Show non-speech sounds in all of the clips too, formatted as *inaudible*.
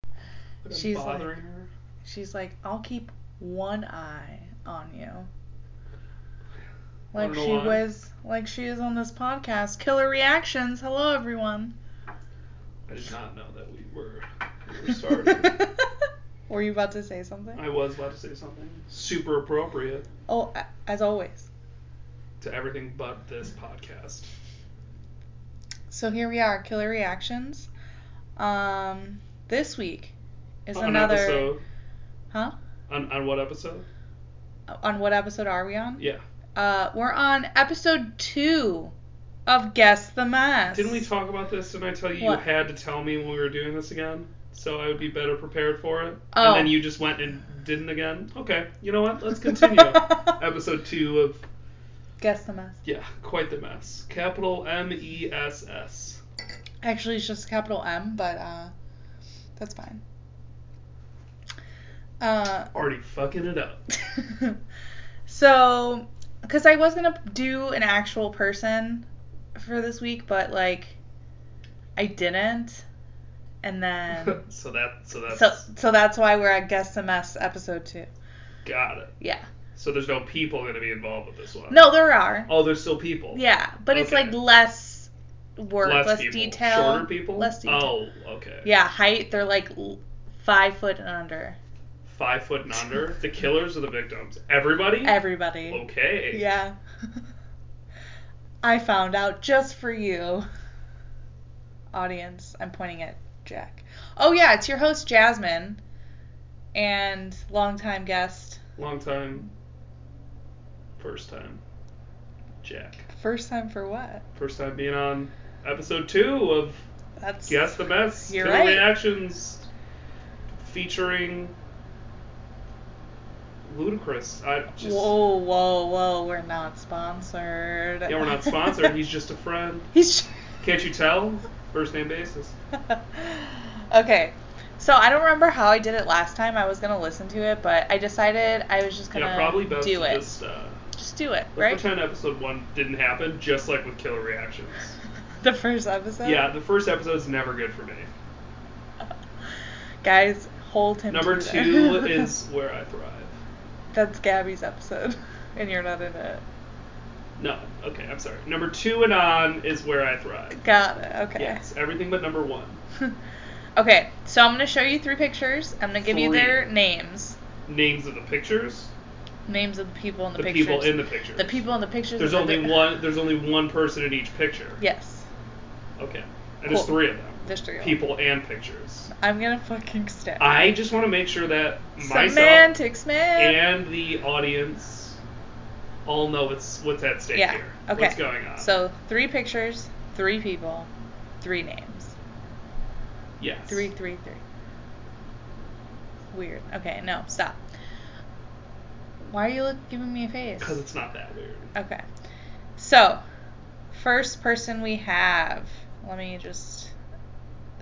But I'm She's like- bothering her. She's like, I'll keep one eye on you. Wanna Like know she why? was, like she is on this podcast, Killer Reactions. Hello, everyone. I did not know that we were, we were starting. *laughs* Were you about to say something? I was about to say something super appropriate Oh, a- as always. to everything but this podcast. So here we are, Killer Reactions. Um, this week is on another. episode. Huh? On, on what episode? On what episode are we on? Yeah. Uh, we're on episode two of Guess the Mask. Didn't we talk about this? Didn't I tell you What? you had to tell me when we were doing this again? So I would be better prepared for it. Oh. And then you just went and didn't again? Okay. You know what? Let's *laughs* continue. Episode two of Guess the Mask. yeah, quite the mess. Capital M E S S. Actually, it's just capital M, but uh, that's fine. Uh, Already fucking it up. *laughs* so, because I was gonna do an actual person for this week, but like, I didn't, and then so that so *laughs* that's Um, so so that's why we're at Guess the Mess episode two. got it. Yeah. So there's no people gonna be involved with this one. No, there are. Oh, there's still people. Yeah, but it's Okay. like less work, less, people. detail, Shorter people. less detail. Oh, okay. Yeah, height. They're like l- five foot and under. Five foot and under. The killers or the victims? Everybody. Everybody. Okay. Yeah. *laughs* I found out just for you. Audience, I'm pointing at Jack. Oh, yeah, it's your host, Jasmine, and longtime guest, Long time. First time. Jack. first time for what? First time being on episode two of That's Guess the Best You're Killer right. Reactions featuring Ludacris. I just Whoa, whoa, whoa, we're not sponsored. Yeah, we're *laughs* not sponsored. He's just a friend. He's. Can't you tell? First name basis. *laughs* okay. So I don't remember how I did it last time. I was gonna listen to it, but I decided I was just gonna yeah, probably best do to it. just uh Just do it, let's right? pretend episode one didn't happen, just like with Killer Reactions. *laughs* the first episode. yeah, the first episode's never good for me. *laughs* Guys, hold him. Number to that. *laughs* two is where I thrive. That's Gabby's episode, *laughs* and you're not in it. No, okay, I'm sorry. Number two and on is where I thrive. Got it. Okay. Yes, everything but number one. *laughs* okay. So I'm gonna show you three pictures. I'm gonna give you Three. their names. Names of the pictures. Names of the people in the, The pictures. people in the pictures. The people in the pictures. There's and the only pic- one. There's only one person in each picture. Yes. Okay. And there's Cool. three of them. There's three of them. People and pictures. I'm gonna fucking stay. I just want to make sure that myself Semantics, man. and the audience all know what's what's at stake yeah. here. Okay. What's going on? So three pictures, three people, three names. yes. Three, three, three. Weird. Okay, no, stop. Why are you look, giving me a face? Because it's not that weird. Okay. So, first person we have. Let me just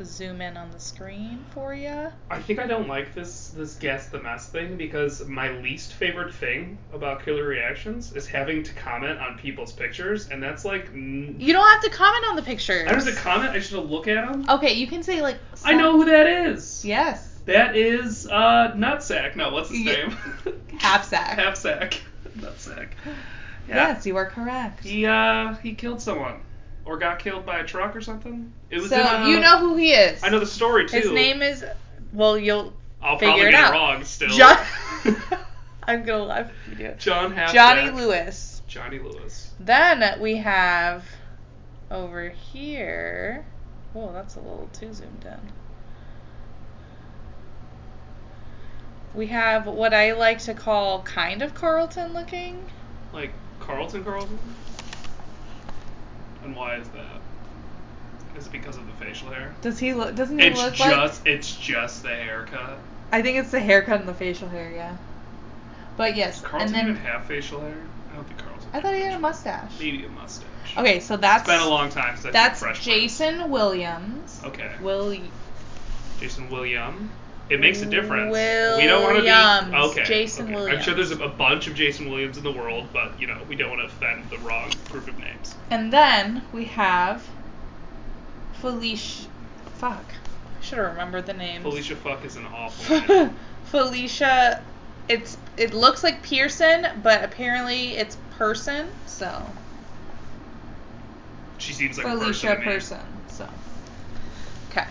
zoom in on the screen for you. I think I don't like this this guess the mess thing because my least favorite thing about killer reactions is having to comment on people's pictures, and that's like n- You don't have to comment on the pictures. I don't have to comment. I just have to look at them. Okay, you can say like. I know who that is. Yes. That is uh, Nutsack. No, what's his Yeah. *laughs* name? Hapsack. Halfsack. *laughs* Nutsack. Yeah. Yes, you are correct. He uh he killed someone or got killed by a truck or something. It was so in a, you know who he is. I know the story too. His name is. Well, you'll I'll figure probably it get out. it wrong still. John. *laughs* I'm gonna laugh if you do *laughs* it. John Halfsack. Johnny Lewis. Johnny Lewis. Then we have over here. Whoa, that's a little too zoomed in. We have what I like to call kind of Carlton looking. Like Carlton Carlton. And why is that? Is it because of the facial hair? Does he look? Doesn't he It's look just like? it's just the haircut. I think it's the haircut and the facial hair, yeah. But yes, Does Carlton and then even have facial hair? I don't think Carlton. I thought he had a mustache. maybe a mustache. Okay, so It's that's been a long time since I that's think Fresh Prince. Jason Williams. Okay. Will Jason William. It makes a difference. Williams. We don't want to be okay. Jason okay. I'm Williams. sure there's a, a bunch of Jason Williams in the world, but you know we don't want to offend the wrong group of names. and then we have Felicia. Fuck. Should have remembered the name. Felicia Fuck is an awful *laughs* name. Felicia. It's it looks like Pearson, but apparently it's person. So She seems like Felicia a person. to me. person. So okay.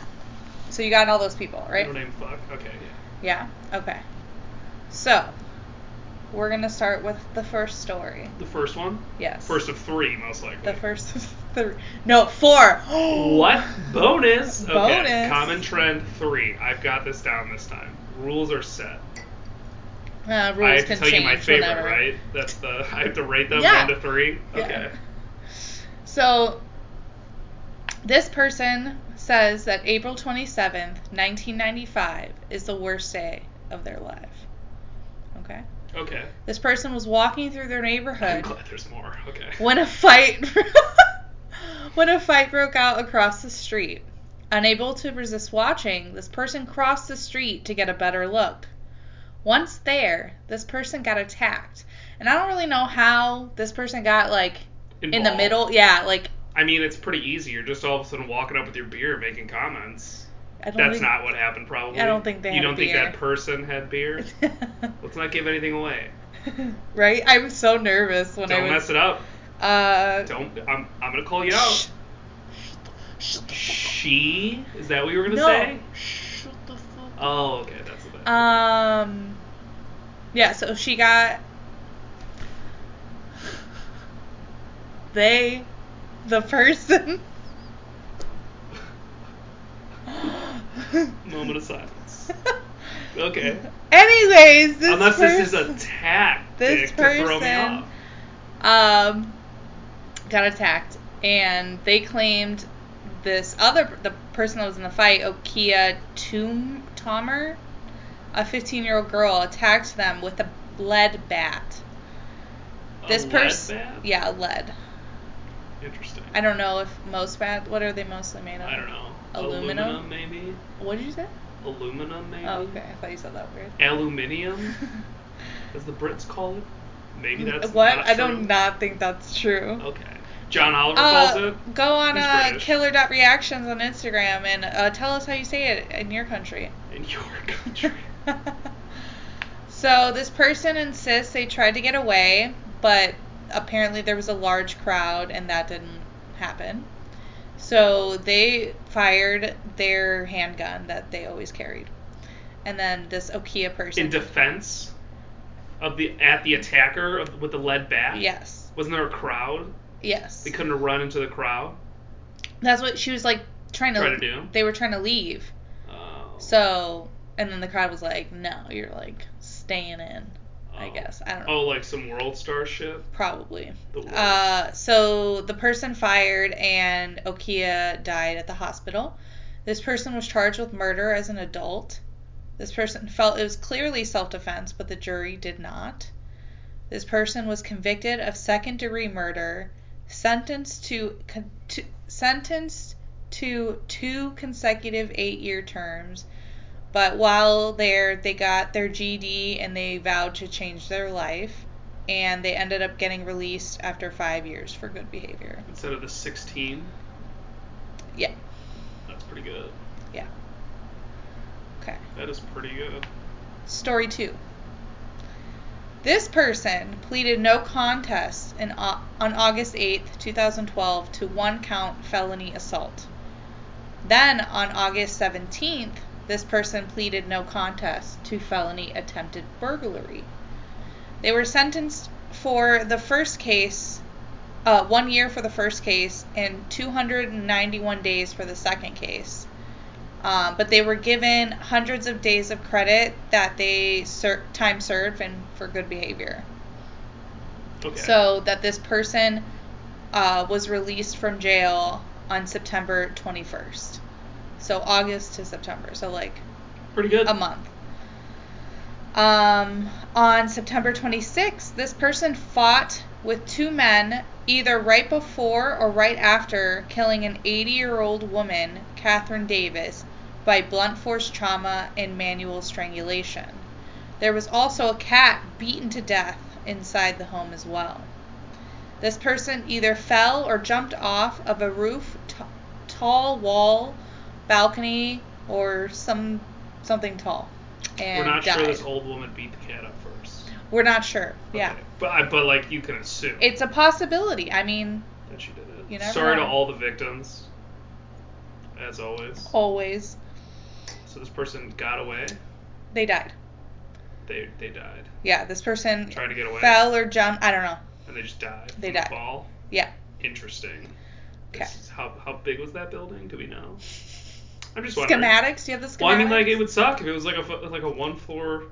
So you got all those people, right? Middle name Fuck. Okay, yeah. Yeah. Okay. So we're gonna start with the first story. The first one? Yes. First of three, most likely. The first of *laughs* three. No, four. *gasps* What? Bonus. Okay. Bonus. Common trend three. I've got this down this time. Rules are set. Uh, rules I have can to tell you change my favorite, whenever. right? That's the I have to rate them Yeah. one to three. Yeah. Okay. *laughs* So this person says that April 27th, 1995 is the worst day of their life. Okay? Okay. This person was walking through their I'm *laughs* neighborhood glad there's more. Okay. when a fight *laughs* when a fight broke out across the street. Unable to resist watching, this person crossed the street to get a better look. Once there, this person got attacked. And I don't really know how this person got like in the Involved. middle. Yeah, like I mean, it's pretty easy. You're just all of a sudden walking up with your beer, making comments. I don't That's think- *laughs* not what happened, probably. I don't think they You had don't think that beer. person had *laughs* beer? Let's not give anything away. right? I'm so nervous when don't I mess was. it up. Uh, Don't. I'm. I'm gonna call you out. Shut the fuck She is that what you were up. gonna no. say? Shut the fuck up. Oh, okay, that's what that. Um. Yeah. So she got. They, the person. *laughs* Moment *laughs* of silence. Okay. Anyways, this Unless this is a person- tactic this to throw me person- off. um, got attacked, and they claimed this other the person that was in the fight, Okia Tum Tomer, a 15 year old girl, attacked them with a lead bat. A This lead person, bath? yeah, lead. Interesting. I don't know if most bat. What are they mostly made of? I don't know. Aluminum? maybe. What did you say? Aluminum, maybe. Oh, okay. I thought you said that weird. *laughs* Aluminium, as the Brits call it. Maybe that's Mm, what? not I don't true. not think that's true. Okay. John Oliver calls Uh, it. go on He's uh, British. killer.reactions on Instagram and uh, tell us how you say it in your country. In *laughs* your country. so this person insists they tried to get away, but apparently there was a large crowd and that didn't happen. So they fired their handgun that they always carried. And then this Okia person. In defense of the at the attacker of, with the lead bat. yes. Wasn't there a crowd? Yes. They couldn't have run into the crowd. That's what she was like trying to, Try to do? They were trying to leave. Oh. So, and then the crowd was like, "No, you're like staying in." I Oh. guess I don't know. Oh, like some World Star shit. Probably. The worst. Uh, so the person fired and Okia died at the hospital. This person was charged with murder as an adult. This person felt it was clearly self defense, but the jury did not. This person was convicted of second degree murder, sentenced to, con- to sentenced to two consecutive eight year terms. But while there, they got their GD and they vowed to change their life and they ended up getting released after five years for good behavior. Instead of the 16, Yeah, that's pretty good. yeah. Okay. That is pretty good. Story two. This person pleaded no contest in, Au- on August 8th, 2012, to one count felony assault. Then on August 17th, this person pleaded no contest to felony attempted burglary. They were sentenced for the first case, uh, one year for the first case, and 291 days for the second case. Um, but they were given hundreds of days of credit that they ser- time served and for good behavior. Okay. So that this person uh, was released from jail on September 21st. So August to September. So like pretty good. a month. Um, on September 26th, this person fought with two men either right before or right after killing an 80 year old woman, Catherine Davis, by blunt force trauma and manual strangulation. There was also a cat beaten to death inside the home as well. This person either fell or jumped off of a roof, t- tall wall, balcony, or some something tall, and We're not died. sure this old woman beat the cat up first. We're not sure. Yeah, Okay. But I, but like you can assume it's a possibility. I mean, that she did it. You never Sorry know. to all the victims. As always. Oh. always So this person got away. they died. They they died. Yeah, this person Tried to get away. fell or jumped. I don't know. And they just died. They from a died. Fall. Yeah, Interesting. Okay. This is- How how big was that building? Do we know? I'm just wondering. schematics. Do you have the schematics? Well, I mean, like it would suck if it was like a fu- like a one floor.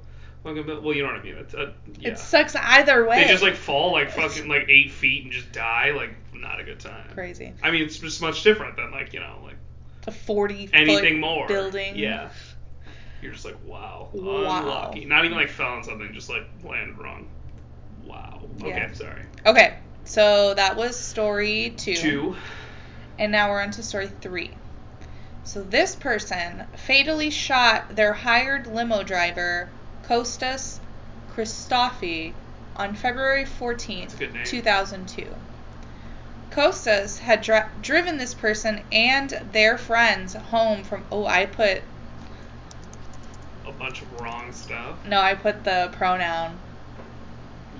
fucking buil- Well, you know what I mean. It's a, yeah. It sucks either way. They just like fall like fucking like eight feet and just die. Like not a good time. crazy. I mean, it's just much different than like you know like A forty anything foot more building. Yeah. You're just like wow, Wow. unlucky. Not even like fell on something, just like landed wrong. Wow. Okay, Yeah. sorry. Okay, so that was story two. Two. And now we're on to story three. So this person fatally shot their hired limo driver, Kostas Christofi, on February That's a good 14th, name. 2002. Kostas had dri- driven this person and their friends home from. Oh, I put. A bunch of wrong stuff. No, I put the pronoun.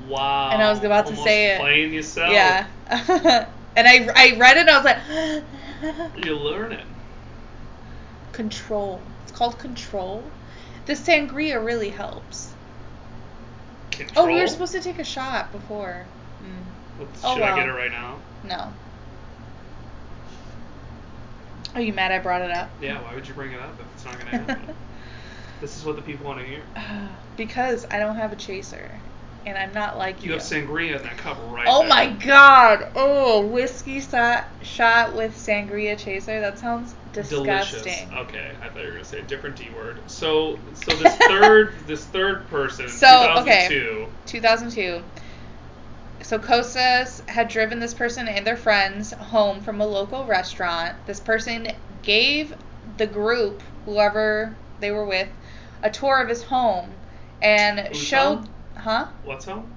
Wow. And I was about to Almost say it. Playing yourself. Yeah. *laughs* and I, I read it and I was like. *gasps* You learn it. Oh, control. It's called control. The sangria really helps. Control. Oh, we were supposed to take a shot before. Mm, Let's- oh, Should I get it well. right now? no. Are you mad I brought it up? Yeah. Why would you bring it up if it's not gonna *laughs* happen? this is what the people want to hear. *sighs* because I don't have a chaser, and I'm not like you. You have sangria in that cup right oh there. my god! Oh, whiskey shot shot with sangria chaser. That sounds disgusting. Delicious. Okay, I thought you were gonna say a different D word. So, so *laughs* this third, this third person, So, okay. 2002. 2002. So Kosas had driven this person and their friends home from a local restaurant. This person gave the group, whoever they were with, a tour of his home and Whose showed, home? huh? What's home?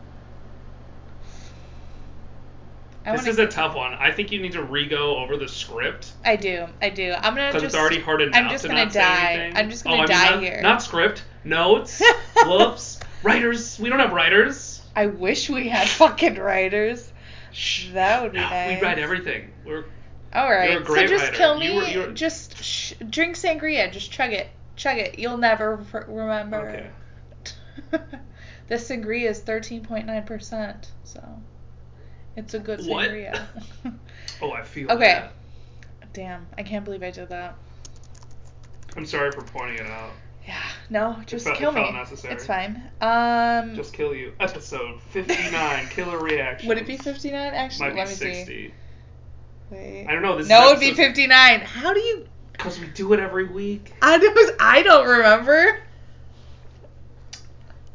I this wanna- is a tough one. I think you need to re-go over the script I do, I do. I'm gonna because just. it's already hard enough I'm just to gonna not die. say anything. I'm just oh, gonna I mean, die not, here. Not script, *laughs* notes, whoops, writers. We don't have writers. I wish we had *laughs* fucking writers. Shh. That would be no, nice. We write everything. We're All right. a great so just writer. kill You me. were- you were- Just sh- drink sangria. Just chug it. Chug it. You'll never re- remember. Okay. *laughs* the sangria is 13.9%, so it's a good What? sangria. *laughs* *laughs* Oh, I feel. Okay. that. Damn, I can't believe I did that. I'm sorry for pointing it out. Yeah. No, just felt- it kill me. felt necessary. It's fine. Um Just kill you. Episode *laughs* 59, killer reaction. Would it be 59 actually? Might Let be me 60. see. Wait. I don't know, this is no, it would be episode- 59. How do you Because we do it every week. I don't *laughs* I don't remember.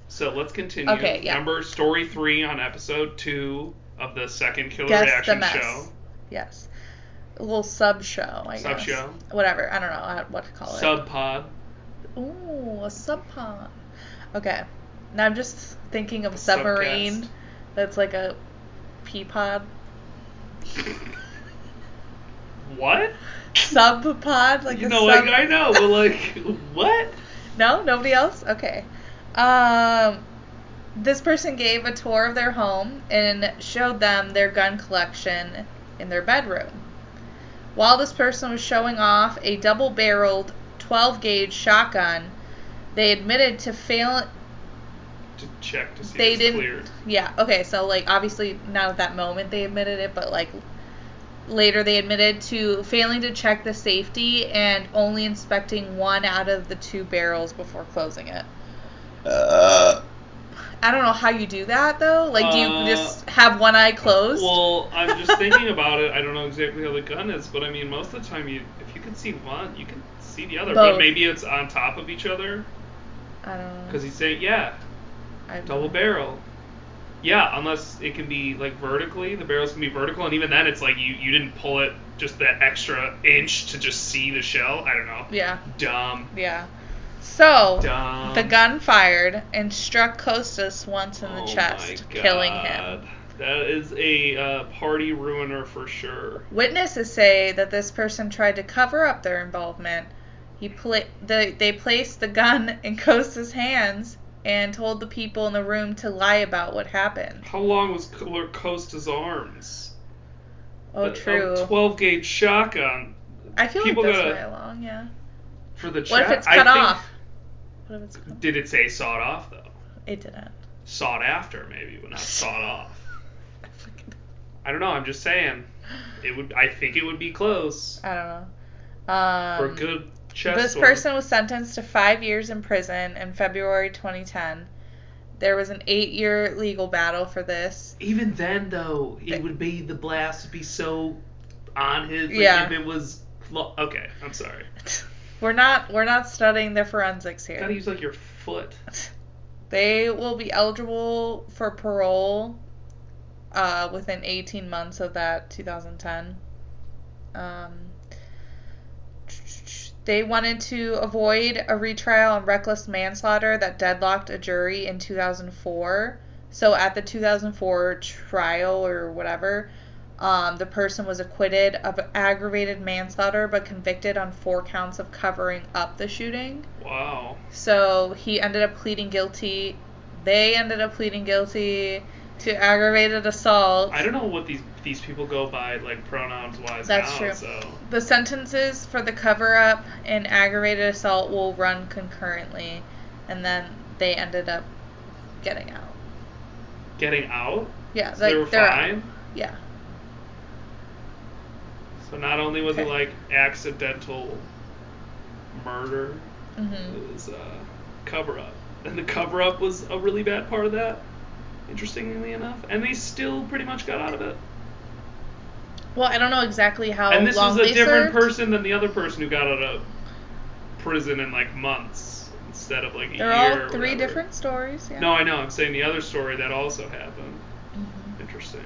So let's continue. Okay, yeah. Number story three on episode two of the second Killer Guess the Reaction mess. show. Yes. A little sub show, I guess. Sub-show. Whatever. I don't know how- what to call it. Sub pod. Ooh, a sub pod. Okay. Now I'm just thinking of a submarine Subcast. that's like a pea pod. *laughs* What? Sub pod? Like you a know, sub- like I know, but like *laughs* what? No, nobody else? Okay. Um, this person gave a tour of their home and showed them their gun collection in their bedroom. While this person was showing off a double barreled 12 gauge shotgun, they admitted to fail. To check to see They if it's didn't. cleared. Yeah, okay, so, like, obviously, not at that moment they admitted it, but, like, later they admitted to failing to check the safety and only inspecting one out of the two barrels before closing it. I don't know how you do that though. Like, do you Uh, just have one eye closed? Well, I'm just thinking about it. I don't know exactly how the gun is, but I mean, most of the time, you if you can see one, you can see the other. Both. But maybe it's on top of each other. *laughs* I don't know. Because he's saying, yeah, I- double barrel. Yeah, unless it can be like vertically, the barrels can be vertical, and even then, it's like you you didn't pull it just that extra inch to just see the shell. I don't know. Yeah, Dumb. yeah. So Dumb. the gun fired and struck Costas once in the Oh chest, my killing God. him. That is a uh, party ruiner for sure. Witnesses say that this person tried to cover up their involvement He pla- the, they placed the gun *laughs* in Costa's hands and told the people in the room to lie about what happened. How long was Cooler Costa's arms? Oh, A- true. A 12 gauge shotgun I feel like um, people that's gotta- way long, yeah. for the chest. What if it's I cut think- off? What if it's cut off? Did it say sawed off though? It didn't. Sought after maybe, but not *laughs* sawed off. I fucking- I don't know. I'm just saying. It would. I think it would be close *laughs* I don't know. Um, for a good chest. This wound. person was sentenced to five years in prison in February 2010. There was an eight-year legal battle for this. *laughs* Even then, though, it would be the blast would be so on his. Like, Yeah. If it was clo- okay, I'm sorry. We're not we're not studying the forensics Gotta here. use like your foot. They will be eligible for parole uh, within 18 months of that 2010. Um, they wanted to avoid a retrial on reckless manslaughter that deadlocked a jury in 2004. So at the 2004 trial or whatever, um, the person was acquitted of aggravated manslaughter but convicted on four counts of covering up the shooting. Wow. So he ended up pleading guilty. They ended up pleading guilty to aggravated assault. I don't know what these these people go by like pronouns wise That's now. true. So The sentences for the cover up and aggravated assault will run concurrently, and then they ended up getting out. getting out. Yeah, So they like, were they're out. fine. Yeah, So not only was it Okay. like accidental murder, hmm it was uh, cover up, and the cover up was a really bad part of that. Interestingly enough, and they still pretty much got out of it. Well, I don't know exactly how and this long was a they different served. person than the other person who got out of prison in like months instead of like a They're year. all or three whatever. different stories. Yeah. No, I know. I'm saying the other story that also happened. Mhm. Interesting.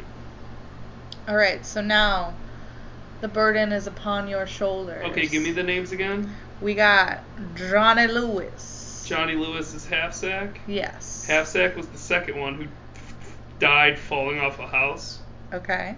All right, so now the burden is upon your shoulders. Okay, give me the names again. We got Johnny Lewis. Johnny Lewis is half sack. Yes. Half sack was the second one who died falling off a house. Okay.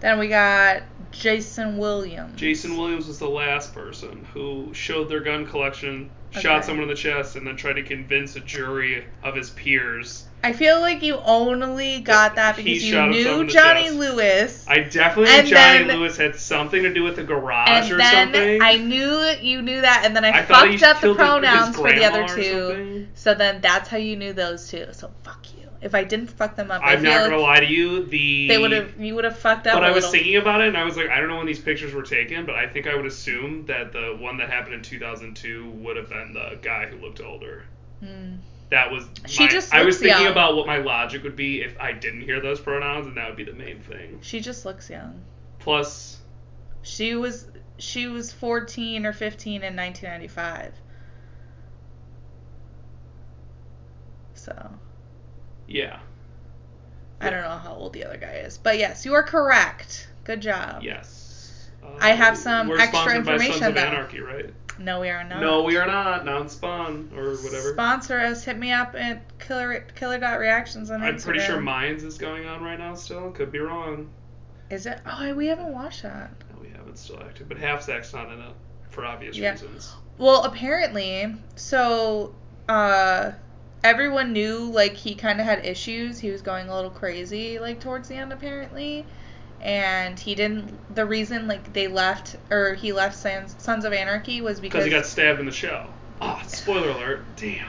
Then we got Jason Williams. Jason Williams was the last person who showed their gun collection, shot Okay. someone in the chest, and then tried to convince a jury of his peers. I feel like you only got that He because you shot himself knew in the Johnny chest. Lewis. I definitely And think Johnny then- Lewis had something to do with the garage and or then something. I knew you knew that, and then I, I thought he fucked up the killed his- his pronouns for the grandma other or two. something. So then that's how you knew those two. So fuck you. If I didn't fuck them up, I I'm feel not like gonna lie to you. The they would have. You would have fucked up. But I I was thinking about it, and I was like, I don't know when these pictures were taken, but I think I would assume that the one that happened in 2002 would have been the guy who looked older. Hmm. That was. She my- just I was looks thinking young. about what my logic would be if I didn't hear those pronouns, and that would be the main thing. She just looks young. Plus, She was she was 14 or 15 in 1995. So, yeah, I don't know how old the other guy is, but yes, you are correct. Good job. yes. Uh, I have some we're extra sponsored by Sons information, of though. Anarchy, right? No, we are not. No, we are not. Non spawn or whatever. Sponsor us. Hit me up at killer killer dot reactions on I'm Instagram. pretty sure Mines is going on right now still. Could be wrong. Is it? Oh, we haven't watched that. No, we haven't still active, but Half Sack's not in it for obvious Yeah. reasons. Well, apparently, so uh, everyone knew like he kind of had issues. He was going a little crazy like towards the end, apparently, and he didn't. The reason like they left or he left Sans, Sons of Anarchy was Because because he got stabbed in the shell. Ah, spoiler alert. Damn.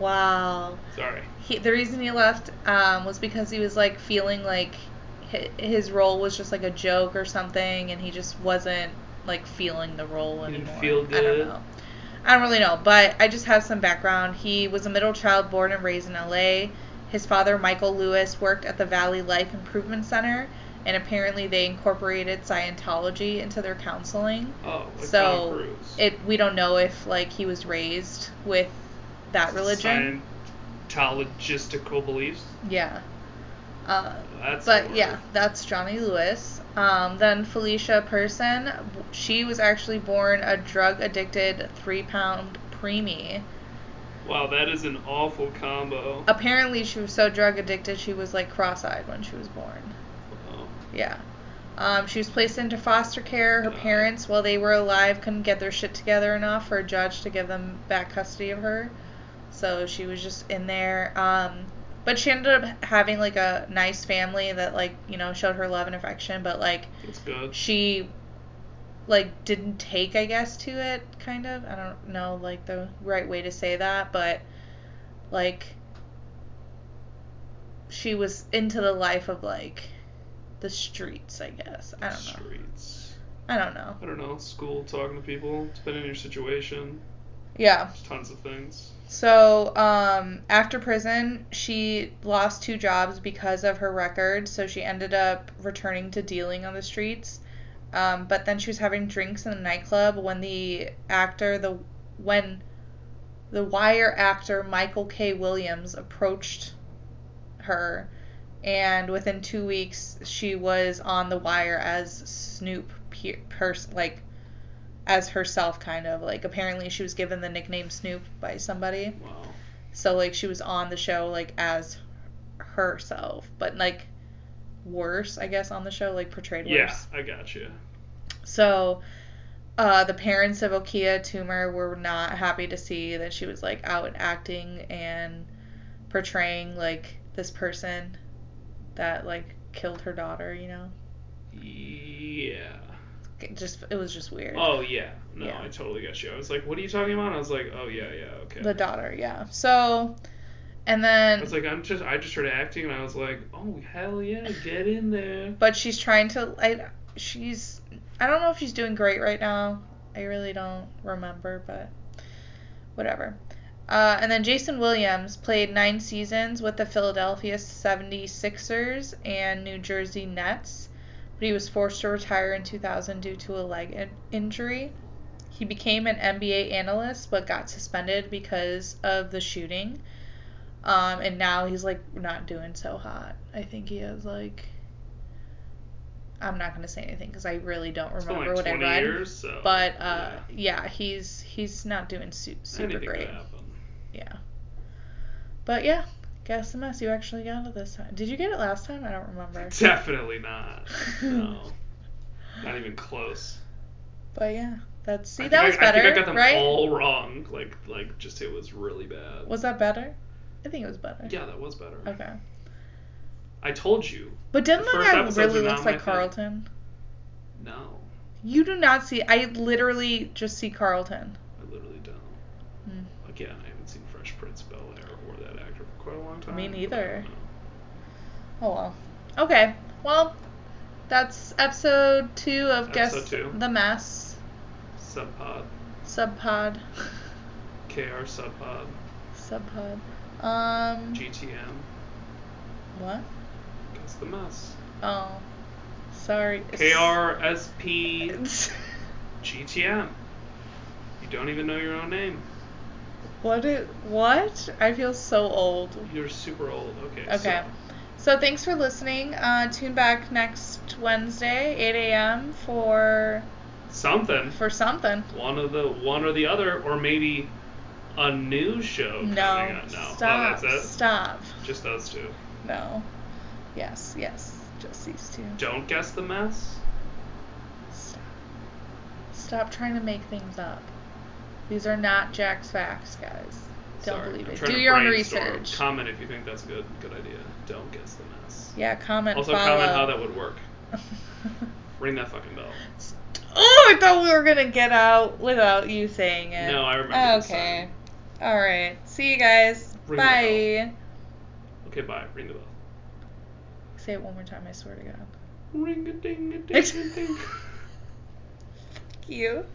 wow. Sorry. He, the reason he left um, was because he was like feeling like hi- his role was just like a joke or something, and he just wasn't like feeling the role He didn't anymore. feel I don't good. know. I don't really know, but I just have some background. He was a middle child born and raised in LA. His father, Michael Lewis, worked at the Valley Life Improvement Center, and apparently they incorporated Scientology into their counseling. Oh, like Tom so Cruise. it we don't know if like he was raised with that religion. Scientologistical beliefs. Yeah. Uh, That's the but word. yeah, that's Johnny Lewis. Um, then Felicia Person, w- she was actually born a drug addicted three pound preemie. Wow, that is an awful combo. Apparently, she was so drug addicted she was like cross eyed when she was born. Oh. Yeah. Um, she was placed into foster care. Her Uh. parents, while they were alive, couldn't get their shit together enough for a judge to give them back custody of her. So she was just in there. Um, but she ended up having like a nice family that like you know showed her love and affection. But like That's good. she like didn't take I guess to it kind of. I don't know like the right way to say that, but like she was into the life of like the streets, I guess. I don't know. Streets. I don't know. I don't know. School, talking to people, depending on your situation. Yeah. There's tons of things. So, um, after prison, she lost two jobs because of her record, so she ended up returning to dealing on the streets. Um, but then she was having drinks in the nightclub when the actor, the when the Wire actor Michael K. Williams approached her, and within two weeks she was on the Wire as Snoop, Pe- pers- like as herself kind of like apparently she was given the nickname Snoop by somebody. Wow. So like she was on the show like as herself, but like worse, I guess on the show like portrayed worse. Yeah, I got you. So uh, the parents of Okia Toomer were not happy to see that she was like out and acting and portraying like this person that like killed her daughter, you know. Yeah. It just it was just weird. Oh yeah. No, Yeah. I totally got you. I was like, what are you talking about? I was like, oh yeah, yeah, okay. The daughter, yeah. So and I then was like, I'm just, I just started acting, and I was like, oh hell yeah, get in there. but she's trying to I she's I don't know if she's doing great right now. I really don't remember, but whatever. Uh, and then Jason Williams played nine seasons with the Philadelphia 76ers and New Jersey Nets, but he was forced to retire in 2000 due to a leg in- injury. He became an NBA analyst but got suspended because of the shooting. Um, and now he's like not doing so hot. I think he has like I'm not gonna say anything because I really don't It's been remember like what I 20 read. years, so. But uh, yeah. he's he's not doing su- super anything great. could happen. Yeah. But yeah, guess the mess you actually got it this time. Did you get it last time? I don't remember. Definitely *laughs* not. *laughs* No, not even close. But yeah, that's see I that think was I, better, I think I got them right? all wrong. Like, like just it was really bad. Was that better? I think it was better. Yeah, that was better. Okay. I told you. But didn't The that first guy episodes really are not looks my like thing. Carlton? No, You do not see. I literally just see Carlton. I literally don't. Hmm. Again, I haven't seen Fresh Prince of Bel Air or that actor for quite a long time. Me but I don't neither. know. Oh well. Okay. Well, that's episode two of Guess Episode two. the Mess Sub Pod, Subpod. *laughs* KR Sub uh, Pod, Subpod. Um. GTM, What? Guess the Mess. Oh. Sorry. KRSP GTM. You don't even know your own name. *laughs* What? It, what? I feel so old. You're super old. Okay. Okay. So thanks for listening. Uh, tune back next Wednesday, 8 a.m. for So, something. for something. One of the one or the other, or maybe a new show coming No. up. No. Oh, Stop. that's it. Stop. Just those two. No. Yes. Yes. Just these two. Don't guess the mess. Stop. Stop trying to make things up. These are not Jack's facts, guys. Don't Sorry, believe I'm it. trying Do to your own brainstorm. research. Comment if you think that's a good good idea. Don't guess the mess. yeah. Comment. also follow. comment how that *laughs* would work. Ring that fucking bell. Oh, I thought we were gonna get out without you saying it. No, I remember this Okay. All right. See you guys. Ring the Bye. Okay, bye. Ring the bell. Say it one more time. I swear to God. *laughs* Ring a ding a ding a ding. Cute.